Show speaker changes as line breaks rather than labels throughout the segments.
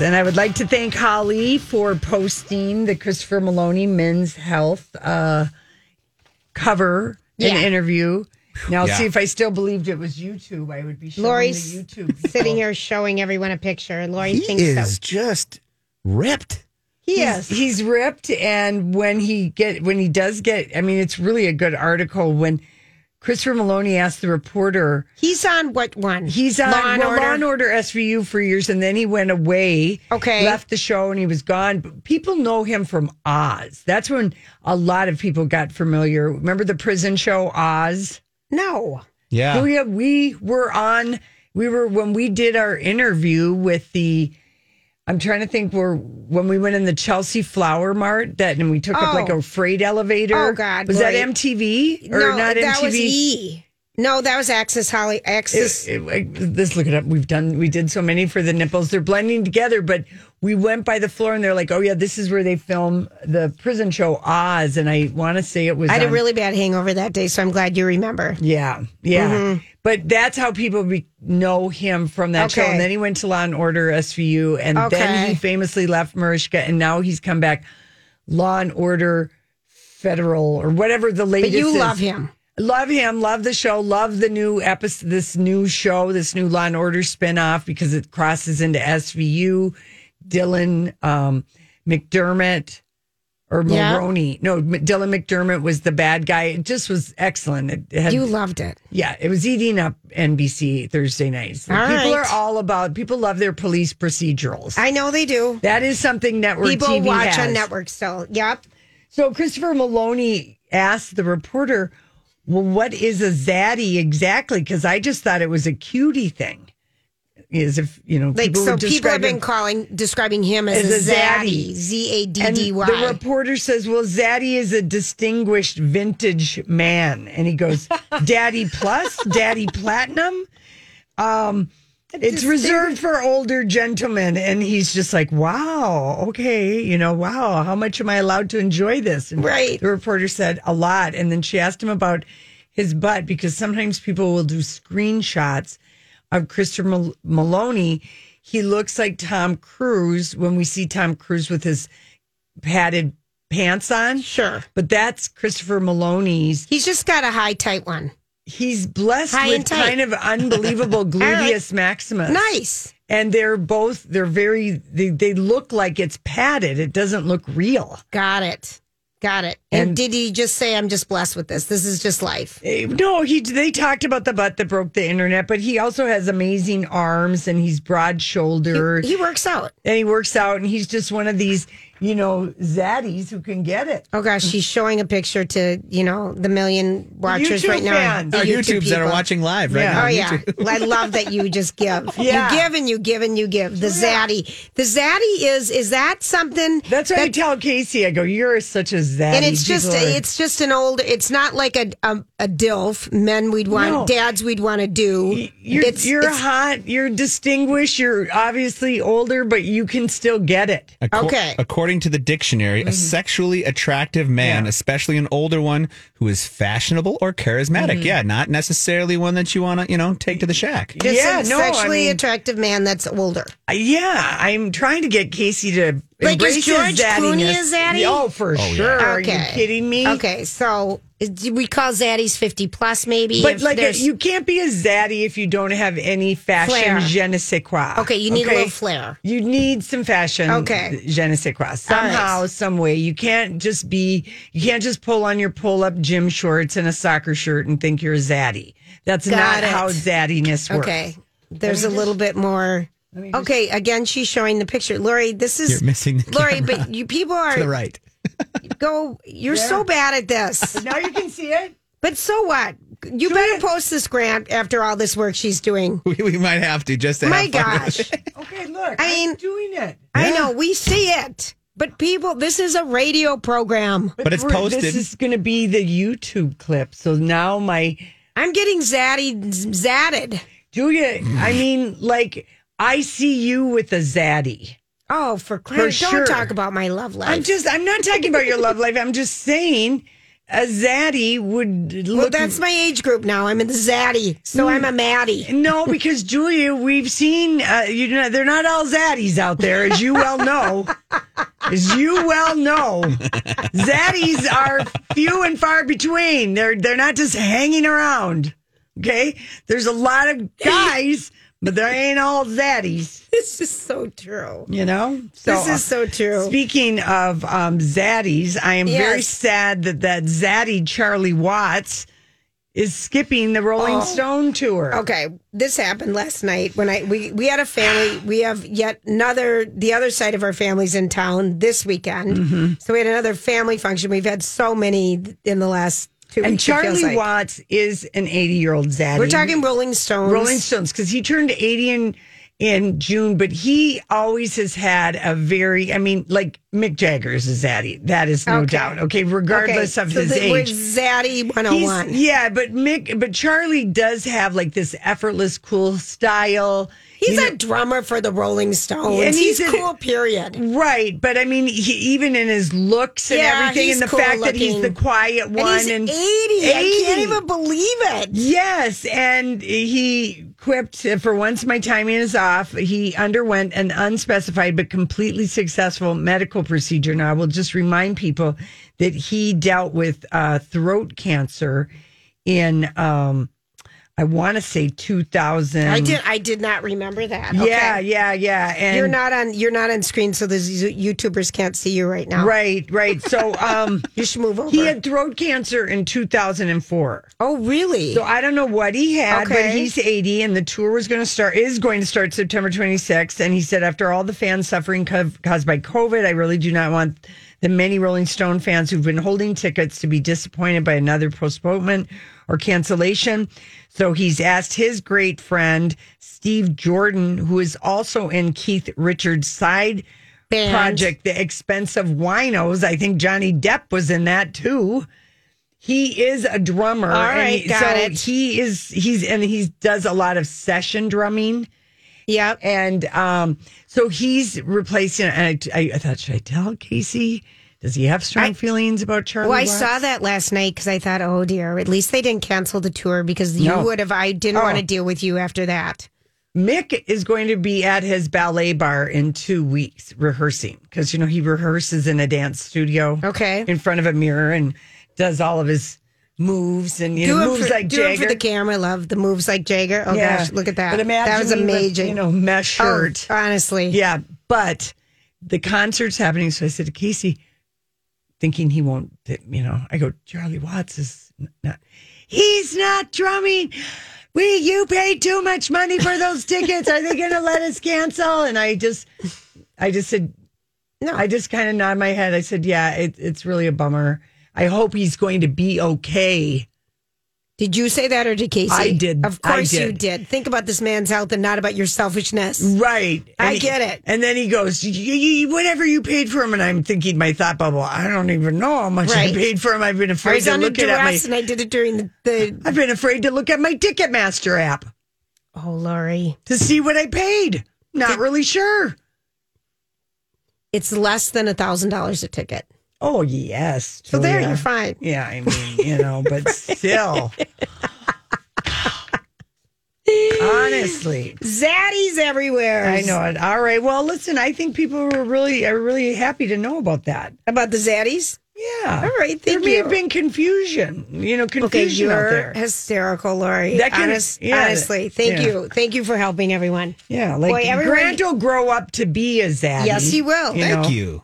And I would like to thank Holly for posting the Christopher Maloney Men's Health uh, cover and
Yeah.
interview. Now,
Yeah.
see if I still believed it was YouTube, I would be showing
Lori's
the YouTube. people.
sitting here showing everyone a picture, and Lori
He
thinks
is
so.
just ripped.
He
He's,
is.
he's ripped, and when he get when he does get, I mean, it's really a good article. When Christopher Maloney asked the reporter,
He's on what one?
he's on
Law and
well,
Order.
Law and Order SVU for years, and then he went away.
Okay.
left the show and he was gone. But people know him from Oz. That's when a lot of people got familiar. Remember the prison show Oz?
No.
Yeah.
Oh, yeah, we were on. We were when we did our interview with the. I'm trying to think. Where when we went in the Chelsea Flower Mart that and we took up
Oh.
like a freight elevator.
Oh, God,
was that
Lori.
MTV or
no,
not
that
MTV?
was E. No, that was Access Holly. Access.
It- it- like, Let's look it up. We've done, we did so many for the nipples. They're blending together, but we went by the floor and they're like, oh, yeah, this is where they film the prison show Oz. And I want to say it was.
I had a
on-
really bad hangover that day, so I'm glad you remember.
Yeah, yeah.
Mm-hmm.
But that's how people be, know him from that show.
Okay.
And then he went to Law and Order SVU, and then
Okay.
he famously left Marishka, and now he's come back Law and Order Federal or whatever the
But
latest.
you
is.
love him.
Love him. Love the show. Love the new episode, this new show, this new Law and Order spinoff because it crosses into SVU. Dylan um, McDermott or
Yeah.
Maroney. No, M- Dylan McDermott was the bad guy. It just was excellent. It had,
You loved it.
yeah, it was eating up NBC Thursday nights.
All
people are
right.
all about, people love their police procedurals.
I know they do.
that is something network
People
TV
watch
has.
on network still. Yep.
So Christopher Maloney asked the reporter, "Well, what is a zaddy exactly?" Because I just thought it was a cutie thing. Is if you know,
Like
people
so,
would
people have
describe
been
him-
calling describing him as,
As
a
a
zaddy.
zaddy.
Z a d
And
d
the
y.
reporter says, "Well, zaddy is a distinguished vintage man," and he goes, "Daddy plus, daddy platinum." Um, it's reserved for older gentlemen, and he's just like, "Wow, okay, you know, wow, how much am I allowed to enjoy this?" And
Right.
The reporter said a lot, and then she asked him about his butt because sometimes people will do screenshots of Christopher Mal- Maloney. He looks like Tom Cruise when we see Tom Cruise with his padded pants on.
Sure.
But that's Christopher Maloney's.
He's just got a high tight one.
He's blessed
High and
with
tight.
kind of unbelievable gluteus maximus.
Nice.
And they're both, they're very, they, they look like it's padded. It doesn't look real.
Got it. Got it. And,
And-
did he just say, "I'm just blessed with this. This is just life."
Eh, No, he they talked about the butt that broke the internet, but he also has amazing arms and he's broad shouldered
He works out.
and he works out and he's just one of these, you know, zaddies who can get it.
Oh gosh, she's showing a picture to you know the million watchers
YouTube
right now.
fans.
The
Our
Our YouTubes that are
people.
watching live right
Yeah.
now.
Oh
on
yeah,
YouTube.
I love that you just give.
Yeah.
You give and you give and you give. The zaddy, the zaddy is is that something?
That's what I
that,
tell Casey. I go, you're such a zaddy.
and it's just
People are-
it's just an old. It's not like a a, a dilf. Men we'd want,
No.
dads we'd want to do.
you're,
it's,
you're
it's-
hot, you're distinguished, you're obviously older, but you can still get it.
Acco-
Okay.
According to the dictionary, a sexually attractive man, especially an older one who is fashionable or charismatic. Yeah, not necessarily one that you want to, you know, take to the shack.
just
yeah,
a
no, I
sexually
mean-
attractive man that's older.
Yeah, I'm trying to get Casey to
Like,
embrace
is George
his
Clooney a
zaddiness.
zaddy?
Oh, for sure. Are you
Okay.
kidding me?
Okay, so is- do we call zaddies fifty plus maybe.
But
if
like,
there's-
you can't be a zaddy if you don't have any fashion
Flair.
je ne sais quoi.
okay, you need a little flair.
You need some fashion.
Okay.
Je ne sais quoi. Somehow, some way. You can't just be, you can't just pull on your pull up gym shorts and a soccer shirt and think you're a zaddy. That's not
it.
how zaddiness works.
Okay. There's a little bit more. Okay, again, she's showing the picture. Lori, this is.
You're missing the
Lori,
camera.
but you people are.
To the right.
Go. You're so bad at this.
Now you can see it.
but so what? You better post this grant after all this work she's doing.
We, we might have to just to
My
have fun with
gosh.
Okay, look.
I mean-
I'm doing it.
I know. We see it. But people, this is a radio program.
But it's
we're-
posted.
This is going to be the YouTube clip. So now my
I'm getting zaddy, zatted.
Julia, I mean, like, I see you with a zaddy.
Oh, for crying! Don't
sure.
talk about my love life.
I'm just, I'm not talking about your love life. I'm just saying a zaddy would
Well,
look.
that's my age group now. I'm in the zaddy, so I'm a Maddie.
no, because Julia, we've seen uh, you know they're not all zaddies out there, as you well know. As you well know, zaddies are few and far between. They're they're not just hanging around. Okay, there's a lot of guys, but there ain't all zaddies.
This is so true.
You know, uh,
This is so true.
Speaking of um, zaddies, I am very
Yes.
sad that that zaddy Charlie Watts is skipping the Rolling
Oh.
Stone tour.
Okay, this happened last night when I we we had a family. We have yet another the other side of our families in town this weekend.
Mm-hmm.
So we had another family function. We've had so many in the last two
And
weeks. it feels
Charlie
like.
Watts is an 80 year old zaddy.
We're talking Rolling Stones.
Rolling Stones because he turned 80 in, in June, but he always has had a very, I mean, like Mick Jagger is a zaddy. That is no
Okay.
doubt. Okay. Regardless of
so
his
the-
age.
We're Zaddy 101.
He's- yeah, but Mick, but Charlie does have like this effortless, cool style.
He's
You know-
a drummer for the Rolling Stones.
And
he's,
he's a-
cool, period.
Right, but I mean, he, even in his looks and
Yeah,
everything,
he's
and the
cool
fact that he's the
looking.
quiet one,
and he's 80. I
80.
can't even believe it.
yes, and he quipped, uh, "For once, my timing is off." He underwent an unspecified but completely successful medical procedure. Now, I will just remind people that he dealt with uh, throat cancer in, um, I want to say, two thousand.
I did I did not remember that. Okay.
Mm. Yeah, yeah, yeah. And
You're not on you're not on screen so the Z- YouTubers can't see you right now.
right, right. So, um.
You should move over.
He had throat cancer in 2004.
oh, really?
So I don't know what he had, but
Okay.
he's 80 and the tour was going to start is going to start September 26th and he said after all the fan suffering co- caused by COVID, I really do not want the many Rolling Stone fans who've been holding tickets to be disappointed by another postponement or cancellation. So he's asked his great friend Steve Jordan, who is also in Keith Richards' side
Band.
project, The Expensive Winos. I think Johnny Depp was in that too. He is a drummer.
All
and
right,
he-
got
so
it.
he is he's and he does a lot of session drumming.
Yep.
And um, so he's replacing. And I, I, I thought, should I tell Casey? Does he have strong feelings about Charlie?
Well, I
Watts?
saw that last night because I thought, oh dear, at least they didn't cancel the tour because you
No.
would have. I didn't
Oh.
want to deal with you after that.
Mick is going to be at his ballet bar in two weeks rehearsing because you know he rehearses in a dance studio.
Okay.
in front of a mirror and does all of his moves and you know,
it
moves
for,
like
do it
Jagger.
for the camera, love. The moves like Jagger. Oh
Yeah.
gosh, look at that.
But imagine
that was
me with,
amazing.
you know, mesh
Oh,
shirt.
honestly.
Yeah, but the concert's happening. So I said to Casey, thinking he won't, that, you know, I go, Charlie Watts is not, he's not drumming. We, you paid too much money for those tickets. Are they going to let us cancel? And I just, I just said,
No.
I just kind of nod my head. I said, yeah, it, it's really a bummer. I hope he's going to be okay.
Did you say that or did Casey?
I did.
Of
I
course you
did.
did. Think about this man's health and not about your selfishness.
Right.
I
And he-
get it.
And then he goes, "Y- y- y- whatever you paid for him. And I'm thinking my thought bubble, I don't even know how much I
Right.
paid for him. I've been
I
afraid
was
to
under
look at my,
duress and I did it during the. the
I've been afraid to look at my Ticketmaster app
oh, Lori.
to see what I paid. Not really sure.
It's less than a $1,000 a ticket.
Oh, yes.
So there,
Julia.
you're fine.
Yeah. I mean, you know, but still. Honestly,
Zaddies everywhere.
I know it. All right. Well, listen, I think people were really, are really happy to know about that.
About the Zaddies?
Yeah.
All right,
there
thank
may have
you.
been confusion. You know,
Okay,
confusion out
you're
there.
hysterical, Lori.
That can-
Honest-
yeah, that-
honestly, thank
yeah.
you. Thank you for helping everyone.
yeah, like
Boy, everyone-
Grant will grow up to be a zaddy.
Yes, he will.
Thank
know.
you.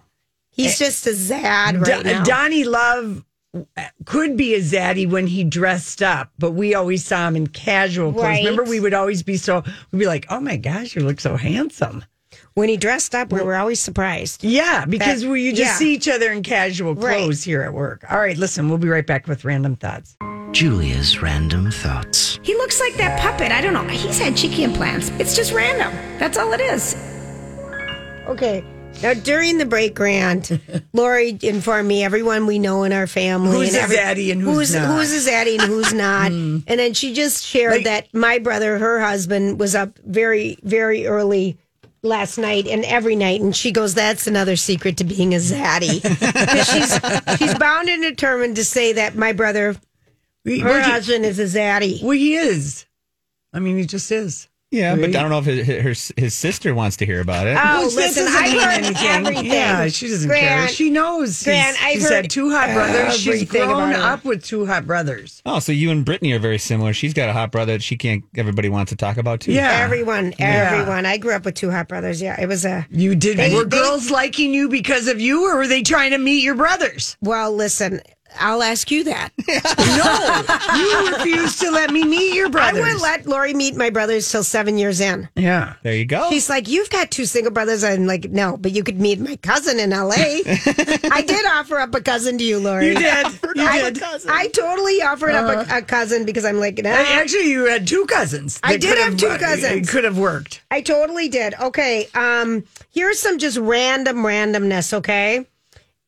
He's just a Zad right
Do-
now.
Donnie Love uh, could be a zaddy when he dressed up, but we always saw him in casual clothes.
Right.
Remember, we would always be so we'd be like, "Oh my gosh, you look so handsome!"
when he dressed up, we were always surprised.
Yeah, because
That-
we you just
yeah.
see each other in casual
Right.
clothes here at work. All right, listen, we'll be right back with random thoughts.
Julia's Random Thoughts.
He looks like that puppet. I don't know. He's had cheeky implants. It's just random. That's all it is.
Okay. Now, during the break, Grant, Lori informed me everyone we know in our family.
Who's
and
a zaddy and who's
who's
not. Hmm.
Who's a zaddy and who's not. and then she just shared
Like-
that my brother, her husband, was up very, very early last night and every night, and she goes, "That's another secret to being a zaddy." 'Cause she's she's bound and determined to say that my brother,
We-
her
we're ju-
husband, is a zaddy.
Well, he is. I mean, he just is.
Yeah, but I don't know if his, his, his sister wants to hear about it.
Oh,
Which that
listen,
doesn't
I
mean
heard everything.
Yeah, she doesn't care.
Grant,
She knows.
Grant,
she's,
I've
she's had
heard
two hot brothers. She's
everything
grown
about her.
up with two hot brothers.
oh, so you and Brittany are very similar. She's got a hot brother that she can't. Everybody wants to talk about too.
Yeah.
everyone, everyone. I grew up with two hot brothers. Yeah, it was a
You did.
They-
were
they-
girls liking you because of you, or were they trying to meet your brothers?
well. Listen, I'll ask you that.
No, you refused to let me meet your
I
brothers.
wouldn't let Lori meet my brothers till seven years in.
Yeah.
there you go.
She's like, You've got two single brothers. I'm like, No, but you could meet my cousin in LA. I did offer up a cousin to you, Lori.
You did. You
I,
did. Uh-huh.
I totally offered up a, a cousin because I'm like, nah,
And Actually, you had two cousins.
I
that
did
could
have two
uh,
cousins.
It could have worked.
I totally did. Okay. Um, here's some just random randomness, okay?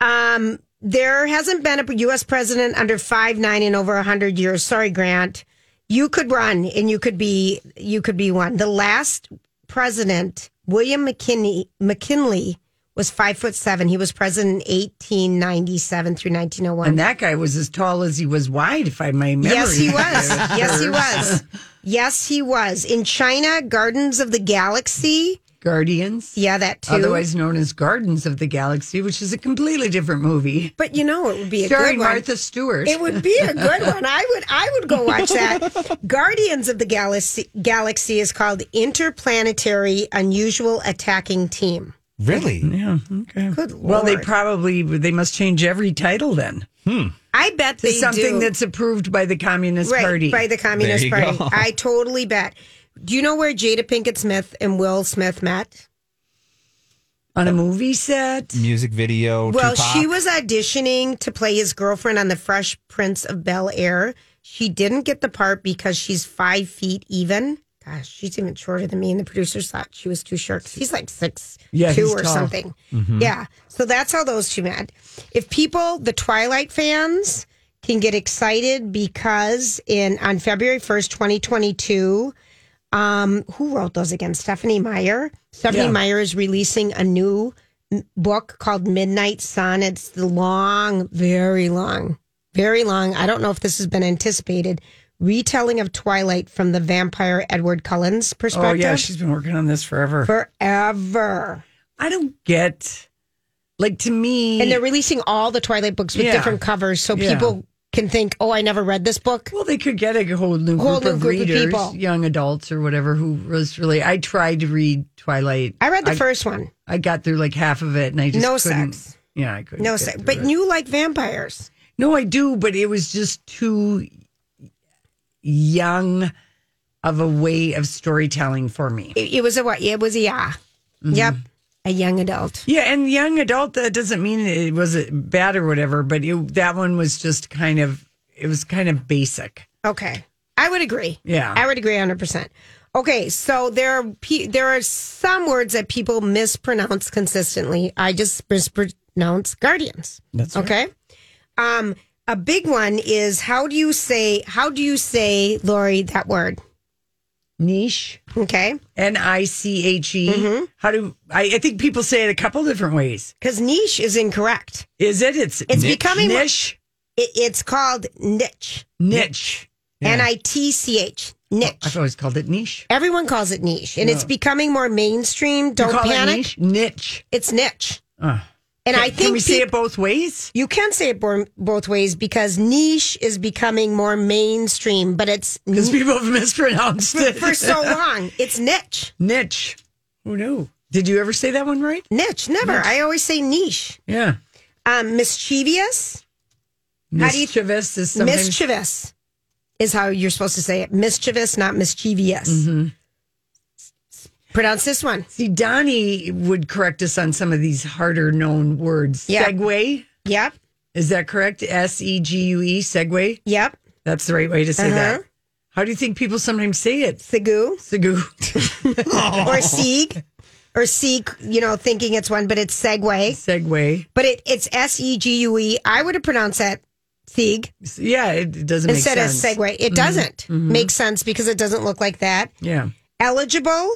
Um, there hasn't been a US president under five nine in over hundred years. Sorry, Grant. You could run and you could be you could be one. The last president, William McKinley McKinley, was five foot seven. He was president in eighteen ninety seven through nineteen oh one.
And that guy was as tall as he was wide, if I may memory.
Yes, he was. yes, he was. Yes, he was. In China, Gardens of the Galaxy.
Guardians,
Yeah, that too.
otherwise known as Gardens of the Galaxy, which is a completely different movie.
But you know, it would be a
Starring
good one.
Martha Stewart.
It would be a good one. I would I would go watch that. Guardians of the Galaxy Galaxy is called Interplanetary Unusual Attacking Team.
really?
yeah. Okay.
Good
Well, they
Lord.
probably they must change every title then.
I bet they
Something
do.
that's approved by the Communist
right,
Party.
by the Communist
There you
Party.
go.
I totally bet. Do you know where Jada Pinkett Smith and Will Smith met?
On a movie set.
Music video.
Well,
Tupac.
she was auditioning to play his girlfriend on The Fresh Prince of Bel Air. She didn't get the part because she's five feet even. Gosh, she's even shorter than me, and the producers thought she was too short. She's like six
Yeah,
two
he's
or
tall. Mm-hmm.
something. Yeah, so that's how those two met. If people, the Twilight fans, can get excited because in on February first, twenty twenty two. Um, who wrote those again? Stephanie Meyer. Stephanie
Yeah.
Meyer is releasing a new m- book called Midnight Sun. It's the long, very long, very long. I don't know if this has been anticipated. Retelling of Twilight from the vampire Edward Cullen's
Oh
perspective.
yeah, she's been working on this forever.
forever.
I don't get like to me
And they're releasing all the Twilight books with
Yeah.
different covers so
Yeah.
people can think, oh, I never read this book.
Well, they could get a whole new
Whole
group,
new
of,
group of
readers,
people.
young adults or whatever, who was really. I tried to read Twilight.
I read the first one.
I got through like half of it, and I just
No
couldn't-
sex.
Yeah, I couldn't.
No,
get
sir.
through
But
it.
you like vampires.
no, I do, but it was just too young of a way of storytelling for me.
It, it was a what? It was a yeah.
Mm-hmm.
Yep. A young adult.
Yeah, and young adult that doesn't mean it was bad or whatever, but it, that one was just kind of it was kind of basic.
Okay. I would agree.
Yeah.
I would agree 100%. Okay, so there are pe- there are some words that people mispronounce consistently. I just mispronounce guardians. That's okay. Um a big one is how do you say how do you say Lori that word?
Niche,
Okay?
N I C H
Mm-hmm.
E. How do I? I think people say it a couple different ways.
Cuz niche is incorrect.
Is it? It's
It's becoming more-
niche.
It, it's called niche.
Niche.
N I T C H. Niche.
I've always called it niche.
Everyone calls it niche and it's becoming more mainstream. Don't
you call
panic.
it niche. Niche.
It's niche.
Oh.
And I think
Can we say
peop-
it both ways?
You can say it bo- both ways because niche is becoming more mainstream, but it's
Because
n-
people have mispronounced it.
for so long it's niche,
niche. Who knew? Did you ever say that one right?
niche. Never. I always say niche.
Yeah.
Um, mischievous, How do you-
Mischievous is something.
mischievous is how you're supposed to say it. Mischievous, not mischievous. Pronounce this one.
See, Donnie would correct us on some of these harder known words.
Yeah.
Segway.
Yep.
Is that correct? S E G U E. Segway.
Yep.
That's the right way to say that.
Uh-huh.
How do you think people sometimes say it?
Segu
Segu.
or Sieg or Sieg, you know, thinking it's one, but it's segue.
Segway.
But it, it's S E G U E. I would have pronounced that Sieg.
Yeah, it it doesn't
instead
make
of
sense. Mm-hmm.
segue. It doesn't make sense because it doesn't look like that.
Yeah.
Eligible,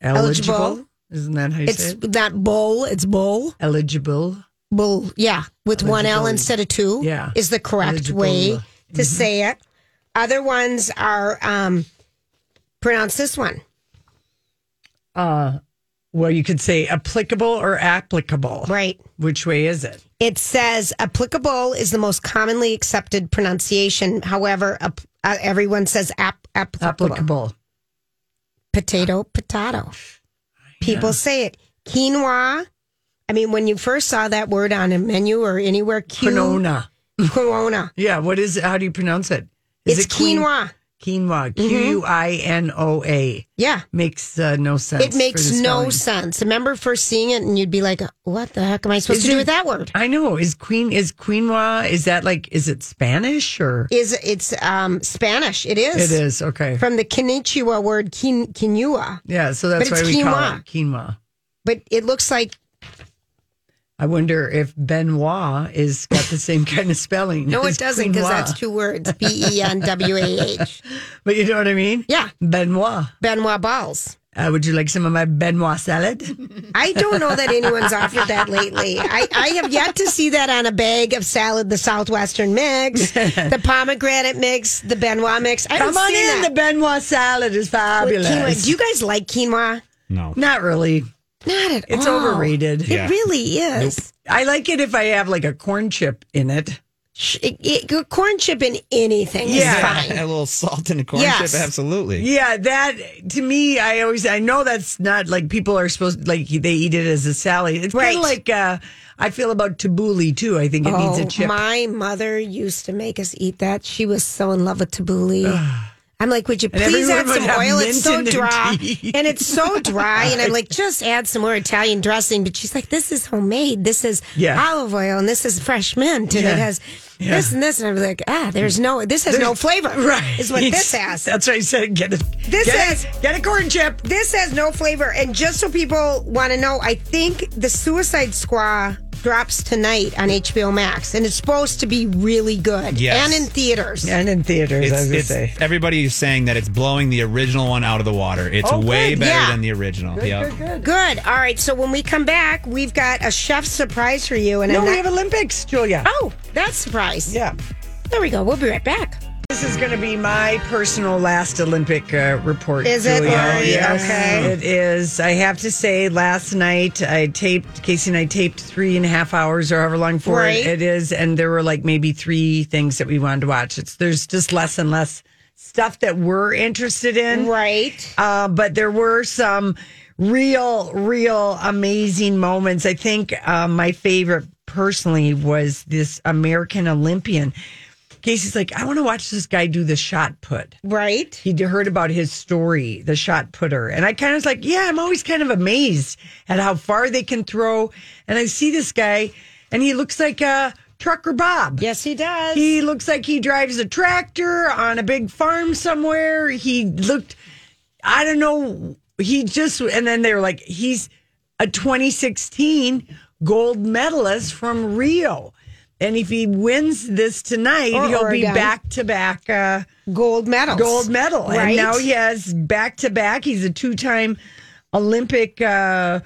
Eligible.
Eligible.
Isn't that how you
It's
say it?
not bowl, it's bowl.
Eligible.
Bull, yeah, with one L
Eligible.
instead of two,
Yeah. Mm-hmm.
is the correct
Eligible.
way to say it. Other ones are um, pronounce this one.
Uh, well, you could say applicable or applicable.
Right.
Which way is it?
It says applicable is the most commonly accepted pronunciation. However, ap- uh, everyone says ap- applicable.
Applicable.
Potato, potato. People say it. Quinoa. I mean, when you first saw that word on a menu or anywhere, Q-
Quinona.
quinoa.
Yeah. What is? How do you pronounce it? Is
It's
it queen-
quinoa. Mm-hmm.
Quinoa. Q U I N O A.
Yeah.
Makes uh, no sense.
It
for
makes
the spelling.
no sense. Remember first seeing it and you'd be like, what the heck am I supposed
Is
to do
it-
with that word?
I know. Is queen is quinoa? Is that like? Is it Spanish or?
Is It's um, Spanish. It
It
is.
is okay.
From the Quechua word quin- quinoa.
Yeah. So that's
But
why
it's
we call
quinoa.
it quinoa.
But it looks like,
I wonder if Benoit is got the same kind of spelling.
no,
as
it doesn't because
quinoa.
that's two words E B-E-N-W-A-H.
But you know what I mean?
Yeah.
Benoit.
Benoit Balls.
Uh, would you like some of my Benoit salad?
I don't know that anyone's offered that lately. I, I have yet to see that on a bag of salad, the Southwestern mix, the pomegranate mix, the Benoit mix. I
Come
don't
on in.
see
The
that.
Benoit salad is
With quinoa.
fabulous.
Do you guys like quinoa?
No.
Not really.
Not at
It's
all.
overrated.
It really is.
I like it if I have like a corn chip in it.
Sh It, it, corn chip in anything
Yeah.
is
A
fine.
little salt in a corn
Yes.
chip, absolutely.
Yeah, that to me, I always I know that's not like people are supposed like they eat it as a salad. It's kind
Right.
of like uh, I feel about tabbouleh too. I think it needs a
Oh,
chip.
my mother used to make us eat that. She was so in love with tabbouleh. I'm like, would you
And
please
everyone
add
would
some
have
oil? It's
mint
so
in their
dry.
tea.
And it's so dry. And I'm like, just add some more Italian dressing. But she's like, this is homemade. This is
Yeah.
olive oil and this is fresh mint. And
Yeah.
it has this and this. And I'm like, ah, there's no, this has no flavor.
Right.
Is what this has.
That's what I said. Get a
This
get a-
has-
get a corn chip.
This has no flavor. And just so people want to know, I think the Suicide Squad drops tonight on HBO Max, and it's supposed to be really good.
Yes.
And in theaters.
And in theaters, I
It's,
was gonna
it's-
say.
everybody is saying that it's blowing the original one out of the water. It's
Oh,
way
good.
better
Yeah.
than the original. Yep.
Good. All right. So when we come back, we've got a chef's surprise for you. And
No,
I'm
we
not-
have Olympics, Julia.
Oh, that's surprise.
Yeah.
There we go. We'll be right back.
This is going to be my personal last Olympic uh, report.
Is it,
Julia.
Lori? Okay.
It is. I have to say, last night I taped, Casey and I taped three and a half hours or however long for
Right.
it, it is. And there were like maybe three things that we wanted to watch. It's There's just less and less stuff that we're interested in.
Right.
Uh, but there were some real, real amazing moments. I think uh, my favorite personally was this American Olympian. Casey's like, I want to watch this guy do the shot put.
Right.
He'd heard about his story, the shot putter. And I kind of was like, yeah, I'm always kind of amazed at how far they can throw. And I see this guy, and he looks like uh, Trucker Bob.
Yes, he does.
He looks like he drives a tractor on a big farm somewhere. He looked, I don't know. He just, and then they were like, he's a 2016 gold medalist from Rio. And if he wins this tonight,
Or
he'll be
Oregon.
back to back uh,
gold medal.
gold medal.
Right.
And now he has back to back. He's a two time Olympic uh,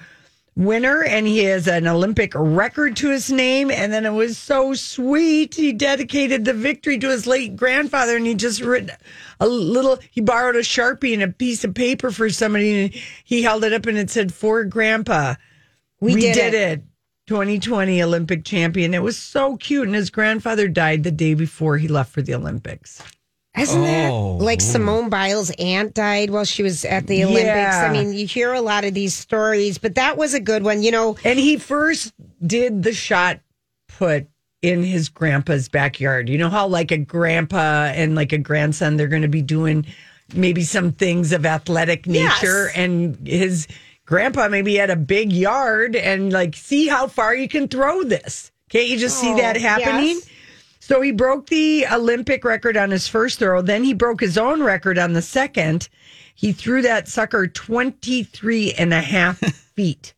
winner and he has an Olympic record to his name. And then it was so sweet. He dedicated the victory to his late grandfather and he just written a little, he borrowed a Sharpie and a piece of paper for somebody and he held it up and it said, For Grandpa.
We, did, it.
2020 Olympic champion. It was so cute. And his grandfather died the day before he left for the Olympics.
Isn't
Oh.
that like Simone Biles' aunt died while she was at the Olympics?
Yeah.
I mean, you hear a lot of these stories, but that was a good one. You know,
And he first did the shot put in his grandpa's backyard. You know how like a grandpa and like a grandson they're going to be doing maybe some things of athletic nature and his grandpa maybe had a big yard and like see how far you can throw this. Can't you just see that
Oh,
happening?
yes.
So he broke the Olympic record on his first throw. Then he broke his own record on the second. He threw that sucker 23 and a half feet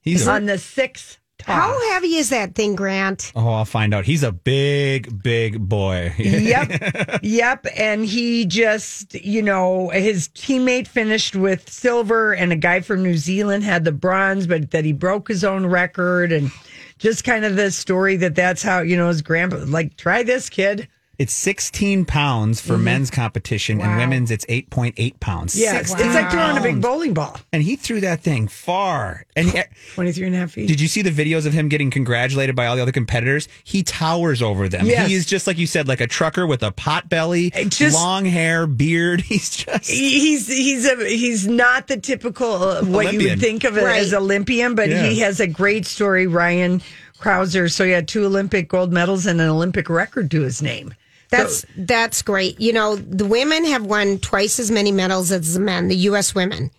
He's a,
on the sixth
How heavy is that thing, Grant?
Oh, I'll find out. He's a big, big boy.
yep. Yep. And he just, you know, his teammate finished with silver, and a guy from New Zealand had the bronze, but that he broke his own record. And just kind of the story that that's how, you know, his grandpa, like, try this, kid.
It's 16 pounds for men's competition, and women's it's 8.8 pounds.
Yeah. It's, it's like throwing a big
pounds.
bowling ball.
And he threw that thing far. And he-
23 and a half feet.
did you see the videos of him getting congratulated by all the other competitors? He towers over them.
Yes.
He is just like you said, like a trucker with a pot belly,
It just-
long hair, beard. He's just
He- he's he's a he's not the typical uh, what you
Olympian.
would think of
Right.
as Olympian, but
Yeah.
he has a great story. Ryan Krauser, so he had two Olympic gold medals and an Olympic record to his name.
That's that's great. You know, the women have won twice as many medals as the men. The U.S. women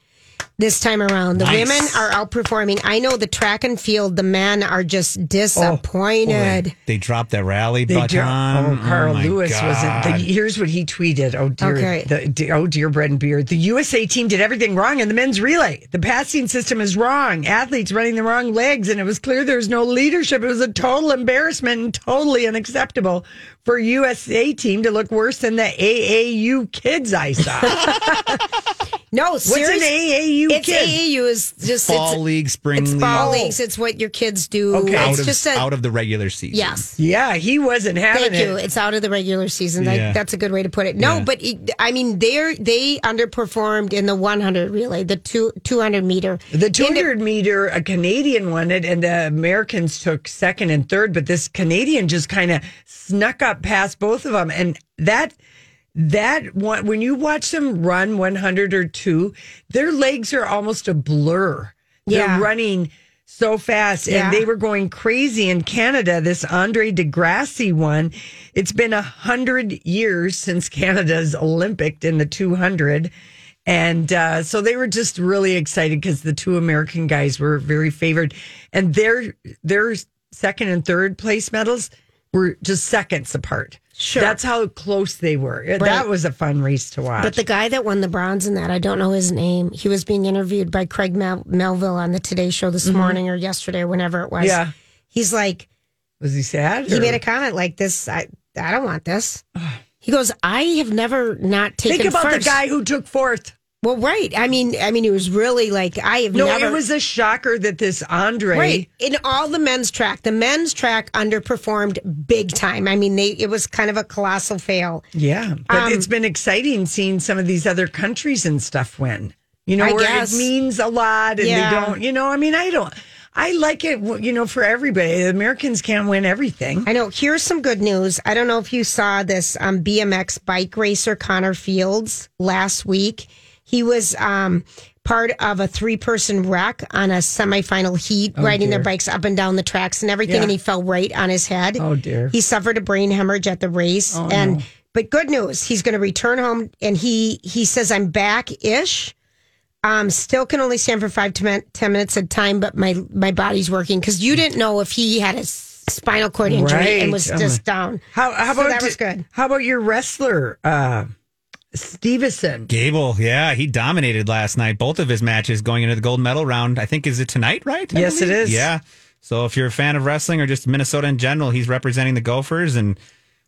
this time around, the
Nice.
women are outperforming. I know the track and field, the men are just disappointed.
Boy, they dropped that rally
They
button.
do- oh, Carl
my
Lewis
God.
was it? The, here's what he tweeted. Oh dear,
Okay.
the, de- oh dear, bread and beer. The USA team did everything wrong in the men's relay. The passing system is wrong. Athletes running the wrong legs, and it was clear there was no leadership. It was a total embarrassment and totally unacceptable for USA team to look worse than the AAU kids I saw.
No,
What's an
seriously.
AAU
It's
kid?
AAU is just
fall
it's,
league, spring
it's
league,
fall leagues. It's what your kids do.
Okay.
It's
out of
just a
out of the regular season.
yes.
Yeah, he wasn't having
Thank you.
it.
It's out of the regular season. Like,
Yeah.
that's a good way to put it. No, but it, I mean, they're they underperformed in the 100 relay, the two 200 meter.
The 200 meter, a Canadian won it, and the Americans took second and third. But this Canadian just kind of snuck up past both of them, and that that one when you watch them run 100 or two, their legs are almost a blur.
Yeah.
They're running so fast,
Yeah.
and they were going crazy in Canada. This Andre DeGrassi one, it's been a hundred years since Canada's Olympic in the 200. And uh, so they were just really excited because the two American guys were very favored, and their their second and third place medals were just seconds apart.
Sure.
that's how close they were.
Right.
That was a fun race to watch.
But the guy that won the bronze in that, I don't know his name. He was being interviewed by Craig Mel- Melville on the Today Show this morning or yesterday or whenever it was.
Mm-hmm. Yeah.
He's like,
was he sad?
he
or-
made a comment like this. I, I don't want this. He goes, I have never not taken
Think about the
first."
guy who took fourth.
Well, right. I mean, I mean, it was really like, I have
No,
never.
it was a shocker that this Andre.
Right. In all the men's track, the men's track underperformed big time. I mean, they it was kind of a colossal fail.
Yeah, but it's
Um,
been exciting seeing some of these other countries and stuff win. You know,
I
where
guess.
it means a lot, and
Yeah.
they don't. You know, I mean, I don't. I like it. You know, for everybody, Americans can't win everything.
I know. Here's some good news. I don't know if you saw this um, BMX bike racer Connor Fields last week. He was um, part of a three person wreck on a semifinal heat, riding their bikes up and down the tracks and everything,
Oh, Yeah.
and he fell right on his head.
Oh, dear. Oh,
He suffered a brain hemorrhage at the race, and but good news, he's going to return home, and he he says I'm back ish. Um, still can only stand for five to min- ten minutes at a time, but my my body's working because you didn't know if he had a s- spinal cord injury and
Right.
was
Oh,
just
my-
down.
How, how
So
about
that was good.
How about your wrestler, uh, Stevenson?
Gable, yeah, he dominated last night. Both of his matches going into the gold medal round. I think is it tonight, right? I
Yes, it
believe?
is.
Yeah. So if you're a fan of wrestling or just Minnesota in general, he's representing the Gophers, and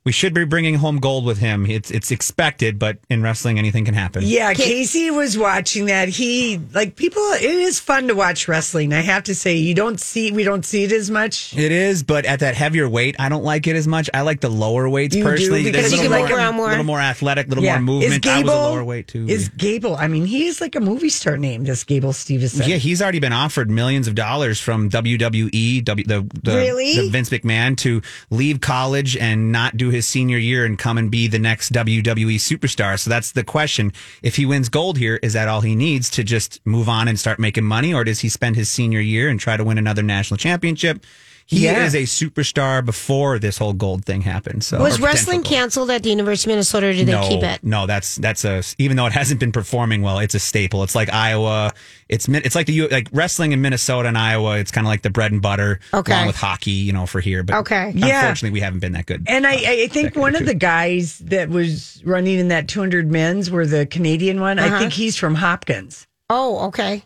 we should be bringing home gold with him. It's it's expected, but in wrestling, anything can happen.
Yeah, Casey was watching that. He like people. It is fun to watch wrestling. I have to say, you don't see we don't see it as much.
It is, but at that heavier weight, I don't like it as much. I like the lower weights
You do,
personally. They're
because
a
you
little
can move around more.
a little more athletic, a little more
Is
movement. I was a
Gable-
lower weight too.
Is Gable? I mean, he is like a movie star name. This Gable Stevenson.
Yeah, he's already been offered millions of dollars from WWE, w, the, the,
Really?
the Vince McMahon, to leave college and not do his senior year and come and be the next WWE superstar. So that's the question. If he wins gold here, is that all he needs to just move on and start making money, or does he spend his senior year and try to win another national championship? He
Yeah.
is a superstar before this whole gold thing happened. So
Was
or
wrestling
potential gold.
canceled at the University of Minnesota or did
No,
they keep it?
no, that's that's a even though it hasn't been performing well, it's a staple. It's like Iowa. It's Min- it's like the U- like wrestling in Minnesota and Iowa. It's kind of like the bread and butter,
Okay.
along with hockey, you know, for here. But
Okay.
Yeah.
unfortunately, we haven't been that good.
And I, I- I think one of the guys that was running in that 200
Uh-huh.
men's were the Canadian one. I think he's from Hopkins.
Oh, okay.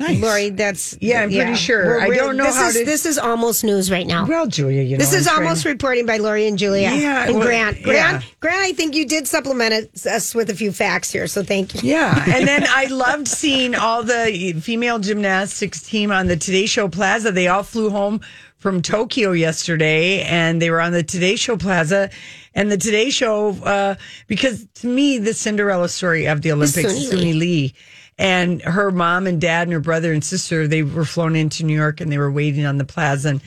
Nice.
Lori, that's
Yeah, I'm pretty sure. I
we're-
don't know
this
how
is,
to-
This is almost news right now.
Well, Julia, you know
This
I'm
is
trying
almost
to-
reporting by Lori and Julia
Yeah,
and
well,
Grant.
yeah.
Grant, Grant, I think you did supplement us- us with a few facts here, so thank you.
Yeah, and then I loved seeing all the female gymnastics team on the Today Show Plaza. They all flew home from Tokyo yesterday, and they were on the Today Show Plaza. And the Today Show, uh, because to me, the Cinderella story of the Olympics,
Suni
Suni, Lee, and her mom and dad and her brother and sister, they were flown into New York and they were waiting on the plaza. And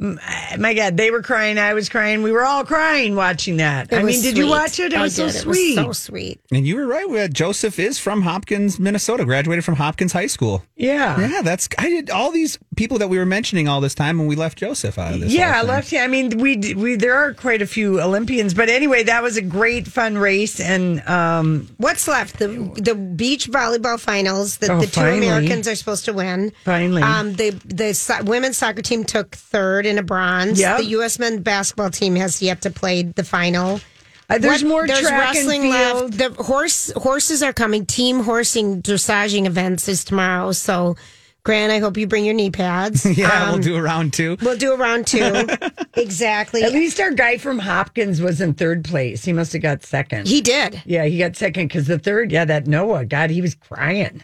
mm, my God, they were crying. I was crying. We were all crying watching that.
It
I
was
mean, did you
sweet.
watch it? It
I
was
did.
so
It was
sweet.
so sweet.
And you were right. uh, Joseph is from Hopkins, Minnesota, graduated from Hopkins High School.
yeah.
Yeah, that's I did all these people that we were mentioning all this time, and we left Joseph out of this.
Yeah,
whole thing.
left hand. I mean, we d- we there are quite a few Olympians, but anyway, that was a great fun race, and um,
What's left? The the beach volleyball finals that
Oh,
the two
finally.
Americans are supposed to win.
Finally.
um, the the so- women's soccer team took third in a bronze.
Yep.
The U.S. men's basketball team has yet to play the final.
uh, there's
What-
more track and
wrestling
field.
left. The horse horses are coming. Team horsing dressaging events is tomorrow. So, Grant, I hope you bring your knee pads.
Yeah,
Um,
we'll do a round two.
we'll do a round two. exactly.
At least our guy from Hopkins was in third place. He must have got second.
he did.
yeah, he got second because the third, yeah, that Noah, God, he was crying.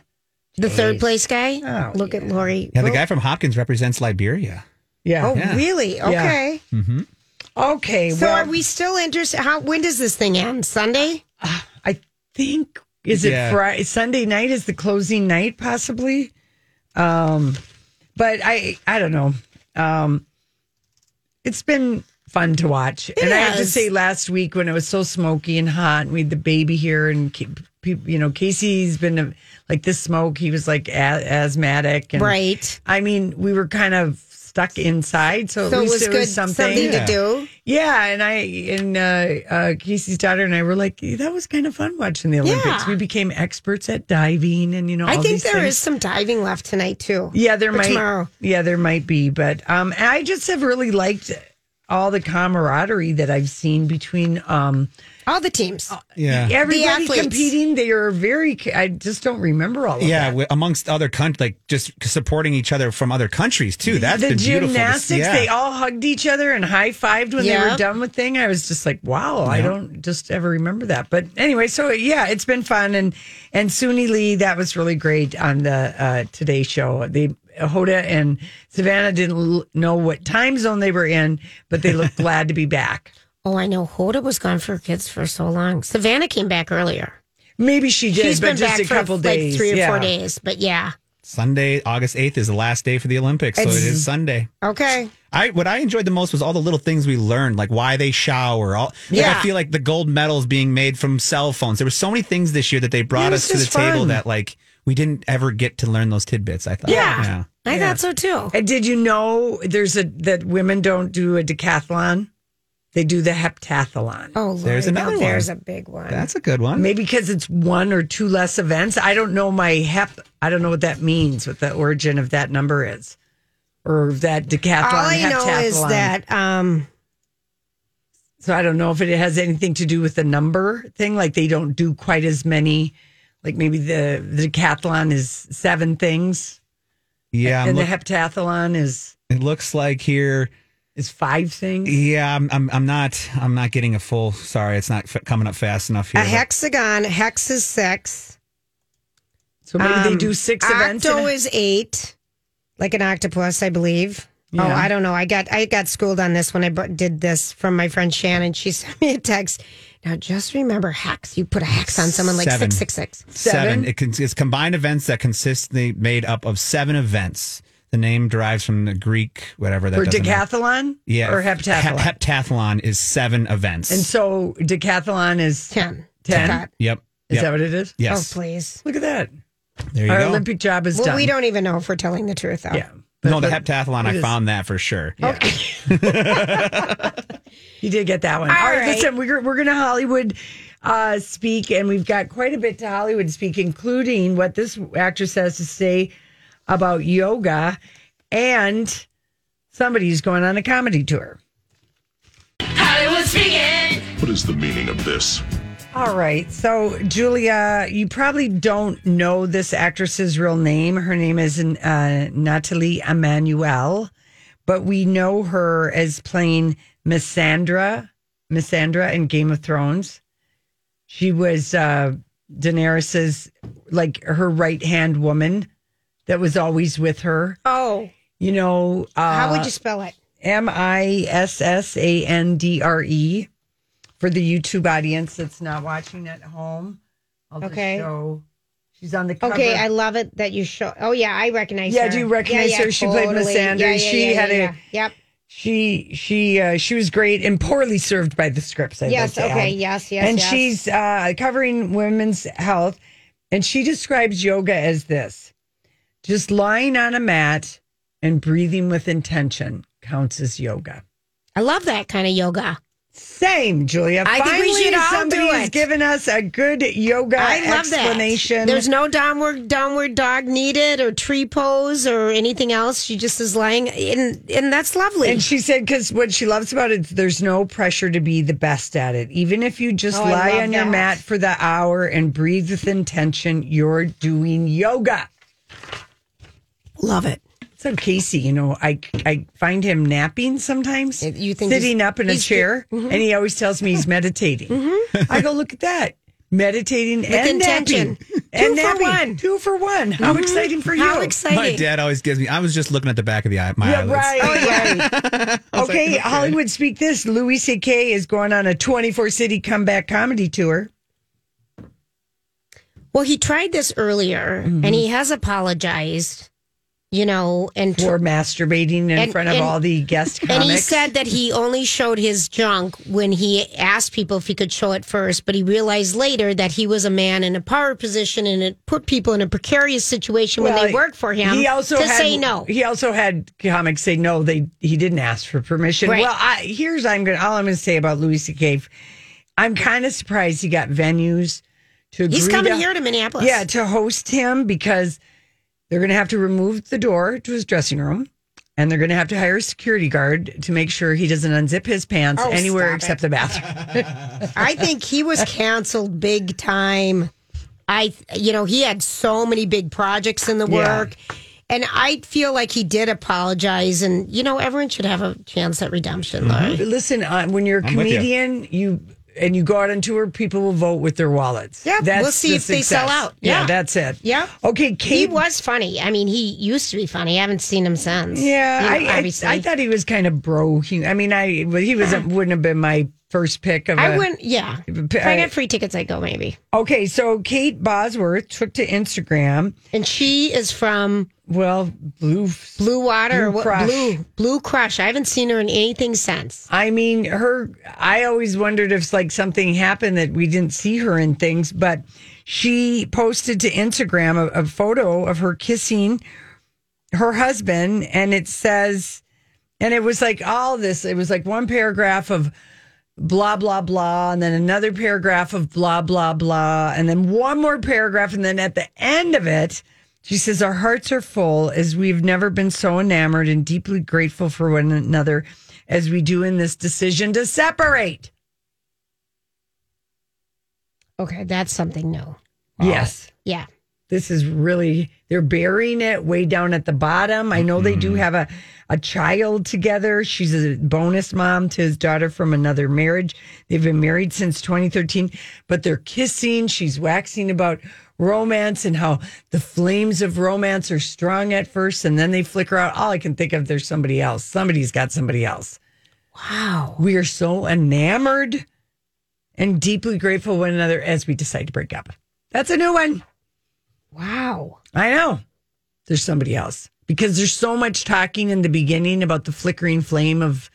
The third place guy.
Oh,
Look at Lori.
Yeah, the guy from Hopkins represents Liberia.
Yeah.
Oh, really? Okay.
Okay.
Oh. So,
well,
are we still interested? How? When does this thing end? Sunday?
I think is
Yeah.
it Friday Sunday night is the closing night possibly. Um but I I don't know. Um it's been fun to watch. and I have to
has.
say last week when it was so smoky and hot and we had the baby here and Ca- pe- you know Casey's been uh, like this smoke he was like a- asthmatic and
Right.
I mean we were kind of stuck inside so,
So
at
it
least
was good.
something,
Yeah.
to do.
yeah, and I and uh, uh, Casey's daughter and I were like, that was kind of fun watching the Olympics.
Yeah.
We became experts at diving, and you know,
I
all these
think there is
things.
some diving left tonight too.
Yeah, there
for
might.
tomorrow.
Yeah, there might be, but um, and I just have really liked all the camaraderie that I've seen between um
All the teams.
Oh.
Yeah.
everybody
athletes.
competing. They are very. I just don't remember all of
Yeah,
that.
wi- amongst other countries, like just supporting each other from other countries too. That's
the
been beautiful. to see.
gymnastics,
Yeah.
they all hugged each other and high fived when they
Yeah.
were done with thing. I was just like, wow, I don't just ever remember that. But anyway, so yeah, it's been fun and and Suni Lee, that was really great on the uh, Today Show. They Hoda and Savannah didn't l- know what time zone they were in, but they looked glad to be back.
Oh, I know. Hoda was gone for kids for so long. Savannah came back earlier.
Maybe she did,
She's
but
been
just
back
a couple
for
days,
like three or
yeah.
four days. But yeah,
Sunday, August eighth is the last day for the Olympics, so it
It's-
is Sunday.
okay.
I what I enjoyed the most was all the little things we learned, like why they shower. All like,
Yeah.
I feel like the gold medals being made from cell phones. There were so many things this year that they
It
brought
was
us to the
just
table
fun.
that like we didn't ever get to learn those tidbits. I thought.
Yeah, I
Yeah.
thought so too.
And did you know there's a that women don't do a decathlon? They do the heptathlon.
Oh, Lord,
There's another one.
There's a big one.
that's a good one.
Maybe because it's one or two less events. I don't know my hep. I don't know what that means, what the origin of that number is, or that decathlon.
All I know is
heptathlon.
that um,
So I don't know if it has anything to do with the number thing. Like they don't do quite as many. Like maybe the, the decathlon is seven things,
yeah, I'm
and
look-
the heptathlon is
it looks like here.
is five things.
Yeah, I'm, I'm I'm not I'm not getting a full. Sorry, it's not f- coming up fast enough here.
a
but-
hexagon. Hex is six.
So maybe they
Um,
do six events.
Octo
in a-
is eight, like an octopus, I believe. Oh,
Yeah.
I don't know. I got I got schooled on this when I bu- did this from my friend Shannon. She sent me a text. Now just remember hex. You put a hex on someone like
Seven.
six six six.
Seven.
Seven. It con- it's combined events that consistently made up of seven events. The name derives from the Greek, whatever that.
or
doesn't matter.
decathlon,
Yeah.
or
Hep-
heptathlon.
heptathlon is seven events.
and so decathlon is
Ten.
Ten?
I thought,
yep.
is
yep.
that what it is?
yes.
Oh please.
Look at that.
there you
Our
go.
Olympic job is
Well,
done.
we don't even know if we're telling the truth though.
Yeah.
no, the
But-
heptathlon,
it
I
is- Oh,
found that for sure.
Yeah. you did get that one. All right,
right.
listen, we're, we're going to Hollywood uh, speak, and we've got quite a bit to Hollywood speak, including what this actress has to say about yoga and somebody's going on a comedy tour.
What is the meaning of this?
All right. So, Julia, you probably don't know this actress's real name. Her name is uh, Natalie Emanuel, but we know her as playing Missandra, Missandra in Game of Thrones. She was uh, Daenerys's, like her right hand woman that was always with her.
Oh,
You know, uh,
how would you spell it?
M I S S A N D R E for the YouTube audience that's not watching at home. I'll just
Okay.
show. She's on the cover.
Okay, I love it that you show. Oh yeah, I recognize.
Yeah,
her.
do you recognize her? She played Missandra.
Yeah, yeah,
She
yeah,
had
yeah,
a-
yeah. Yep.
she she uh, she was great and poorly served by the scripts. I'd
Yes.
like to
okay.
add.
Yes. Yes.
and
yes.
she's uh, covering women's health, and she describes yoga as this: just lying on a mat and breathing with intention counts as yoga.
I love that kind of yoga.
Same, Julia.
I think we should all do
somebody's
it.
given us a good yoga
I love
explanation.
that. There's no downward downward dog needed or tree pose or anything else. She just is lying, and and that's lovely.
and she said, because what she loves about it, there's no pressure to be the best at it. Even if you just
Oh, I
lie
love
on your
that.
mat for the hour and breathe with intention, you're doing yoga.
love it.
So Casey, you know, I I find him napping sometimes.
You think
sitting
he's-
up in a
he's- Mm-hmm.
chair, and he always tells me he's meditating. I go, look at that, meditating and
intention.
napping,
Two
and
for
napping.
one. Mm-hmm.
two for one. How exciting for you!
How
My
exciting!
dad always gives me. I was just looking at the back of the eye, my
Yeah,
eyelids.
right. right. Oh, okay, Hollywood speak this. Louis C.K. is going on a 24 city comeback comedy tour.
Well, he tried this earlier, and he has apologized. You know, and
Mm-hmm. for masturbating in
And-
front of
and-
all the guest comics.
And he said that he only showed his junk when he asked people if he could show it first, but he realized later that he was a man in a power position and it put people in a precarious situation when
Well,
they work for him
He also
to
had,
say no.
He also had comics say no. They he didn't ask for permission.
Right.
Well, I, here's I'm gonna all I'm gonna say about Louis C.K. I'm kind of surprised he got venues to.
He's
agree
coming
to-
here to Minneapolis.
Yeah, to host him because they're going to have to remove the door to his dressing room and they're going to have to hire a security guard to make sure he doesn't unzip his pants
Oh,
anywhere
stop
except
it.
the bathroom.
I think he was canceled big time. I, you know, he had so many big projects in the
Yeah.
work. And I feel like he did apologize. And, you know, everyone should have a chance at
Mm-hmm.
redemption, Larry.
Listen, uh, when you're a
with you.
comedian, you. and you go out on tour, people will vote with their wallets.
Yeah,
that's
we'll see
the
if they sell
success.
out.
Yeah.
Yeah.
that's it.
Yeah.
Okay,
He
Kate.
was funny. I mean, he used to be funny. I haven't seen him since.
yeah,
You know,
I, I,
obviously.
I thought he was kind of bro. He, I mean, I but he wasn't wouldn't have been my first pick of.
I
a-
wouldn't. Yeah, if I got free tickets, I'd go maybe.
Okay, so Kate Bosworth took to Instagram.
And she is from
Well, blue.
Blue Water,
Blue
or what,
Crush.
Blue Blue Crush. I haven't seen her in anything since.
I mean, her. I always wondered if like something happened that we didn't see her in things, but she posted to Instagram a, a photo of her kissing her husband, and it says, and it was like all this. It was like one paragraph of blah blah blah, and then another paragraph of blah blah blah, and then one more paragraph, and then at the end of it. She says, Our hearts are full as we've never been so enamored and deeply grateful for one another as we do in this decision to separate.
Okay, that's something new.
Yes.
Yeah,
This is really, they're burying it way down at the bottom. I know they do have a, a child together. She's a bonus mom to his daughter from another marriage. They've been married since 2013, but they're kissing. She's waxing about romance and how the flames of romance are strong at first and then they flicker out. All I can think of, there's somebody else. Somebody's got somebody else.
wow.
We are so enamored and deeply grateful one another as we decide to break up. That's a new one.
Wow.
I know. There's somebody else because there's so much talking in the beginning about the flickering flame of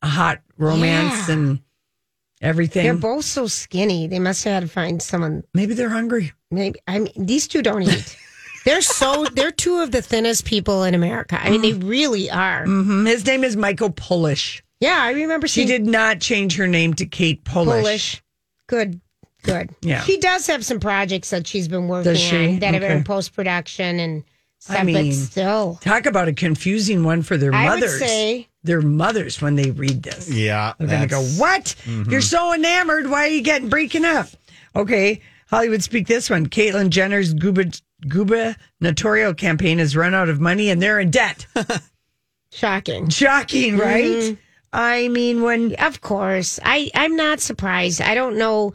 a hot romance
Yeah.
and everything.
They're both so skinny. They must have had to find someone.
Maybe they're hungry.
Maybe I mean, these two don't eat. they're so. They're two of the thinnest people in America. I mean, they
Mm.
really are.
Mhm. His name is Michael Polish.
Yeah, I remember
She did not change her name to Kate Polish.
Polish. Good. Good.
Yeah.
She does have some projects that she's been working
Does she?
on that have been
Okay.
in post production and stuff,
I mean,
but still.
Talk about a confusing one for their
I would
mothers.
say-
their mothers when they read this.
Yeah,
They're going to go,
that's-
Mm-hmm.
What? You're so enamored. Why are you getting breaking up? Okay, Hollywood speak this one. Caitlyn Jenner's guber- gubernatorial campaign has run out of money and they're in debt.
Shocking.
Shocking, right?
Mm-hmm.
I mean, when
Of course. I, I'm not surprised. I don't know.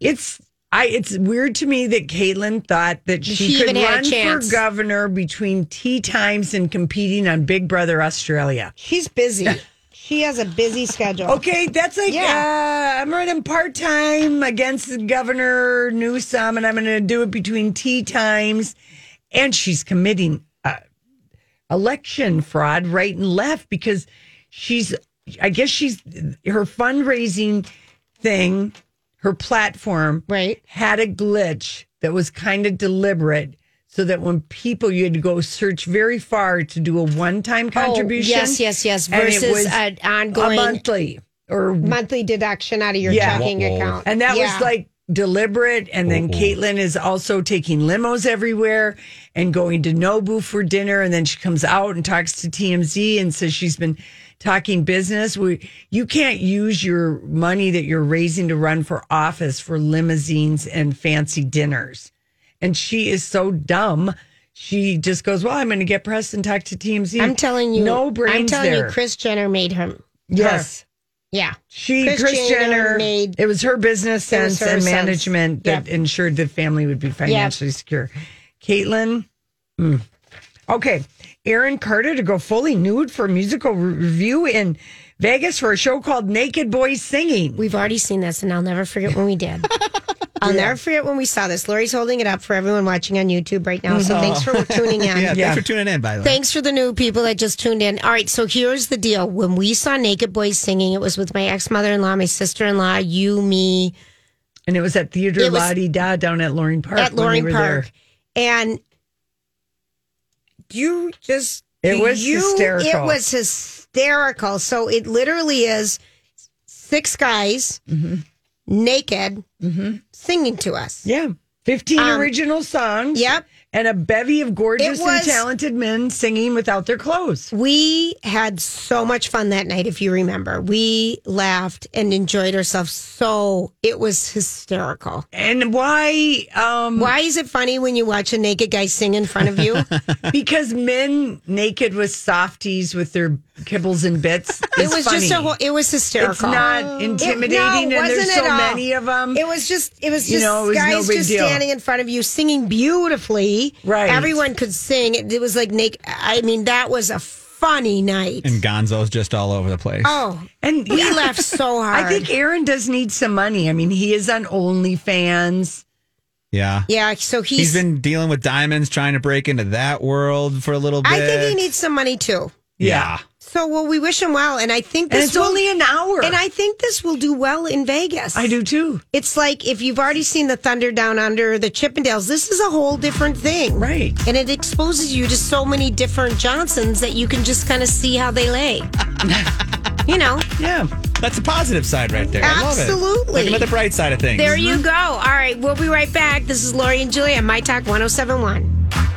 it's I it's weird to me that Caitlyn thought that she,
She
could
even had a
run for
chance.
governor between tea times and competing on Big Brother Australia.
She's busy. she has a busy schedule.
Okay, that's like uh, I'm running part time against Governor Newsom, and I'm going to do it between tea times. And she's committing uh, election fraud right and left because she's, I guess she's her fundraising thing, her platform,
Right.
had a glitch that was kind of deliberate. So that when people you had to go search very far to do a one-time contribution,
Oh, yes, yes, yes,
and it
versus
was
an ongoing-
a monthly or
Monthly deduction out of your
Yeah.
checking
Whoa.
account.
and that
Yeah.
was like deliberate. And then
Oh.
Caitlyn is also taking limos everywhere and going to Nobu for dinner. And then she comes out and talks to TMZ and says she's been talking business. We, you can't use your money that you're raising to run for office for limousines and fancy dinners. And she is so dumb. She just goes, Well, I'm going to get pressed and talk to TMZ.
I'm telling you,
no brains
I'm telling
there.
you, Chris Jenner made him.
yes.
Yeah.
She, Kris
Kris
Jenner,
Jenner made-
it was her business
It was
sense
her
and
sense.
management that
Yep.
ensured the family would be financially secure. Caitlin, mm. okay, Aaron Carter to go fully nude for a musical re- review in Vegas for a show called Naked Boys Singing.
We've already seen this, and I'll never forget when we did. I'll never forget when we saw this. Lori's holding it up for everyone watching on YouTube right now. So thanks for tuning in.
Yeah,
Mm-hmm. Yeah.
thanks for tuning in, by the way.
Thanks for the new people that just tuned in. All right, so here's the deal. When we saw Naked Boys singing, it was with my ex mother in law, my sister in law, you, me,
and it was at Theater
It was-
La Di Da down at Loring Park.
at
when we
Loring
were
Park.
there.
And you just.
It
do
was hysterical.
It was hysterical. So it literally is six guys
Mm-hmm.
naked singing to us.
Yeah. 15
Um,
original songs.
yep.
And a bevy of gorgeous
It was-
and talented men singing without their clothes.
We had so much fun that night, if you remember. We laughed and enjoyed ourselves so it was hysterical.
And why um
Why is it funny when you watch a naked guy sing in front of you?
because men naked with softies with their kibbles and bits.
it was just a whole, it was hysterical.
It's not intimidating, and there's
wasn't
so
at all.
many of 'em.
It was just, it was
You
just
know, it was no
guys
big
just
deal.
standing in front of you, singing beautifully.
Right.
everyone could sing. It, it was like naked. I mean, that was a funny night.
And Gonzo's just all over the place.
oh,
and
we
yeah,
laughed so hard.
I think Aaron does need some money. I mean, he is on OnlyFans.
Yeah.
yeah. So he's,
He's been dealing with diamonds, trying to break into that world for a little bit.
I think he needs some money too.
Yeah.
So well, we wish him well, and I think
And
this
it's
will,
only an hour.
and I think this will do well in Vegas.
I do too.
It's like if you've already seen the Thunder Down Under, the Chippendales. This is a whole different thing,
Right.
And it exposes you to so many different Johnsons that you can just kind of see how they lay. you know,
Yeah.
That's the positive side right there. I love it.
Absolutely.
Looking at the bright side of things.
there you go. All right, we'll be right back. This is Lori and Julia, My Talk 1071.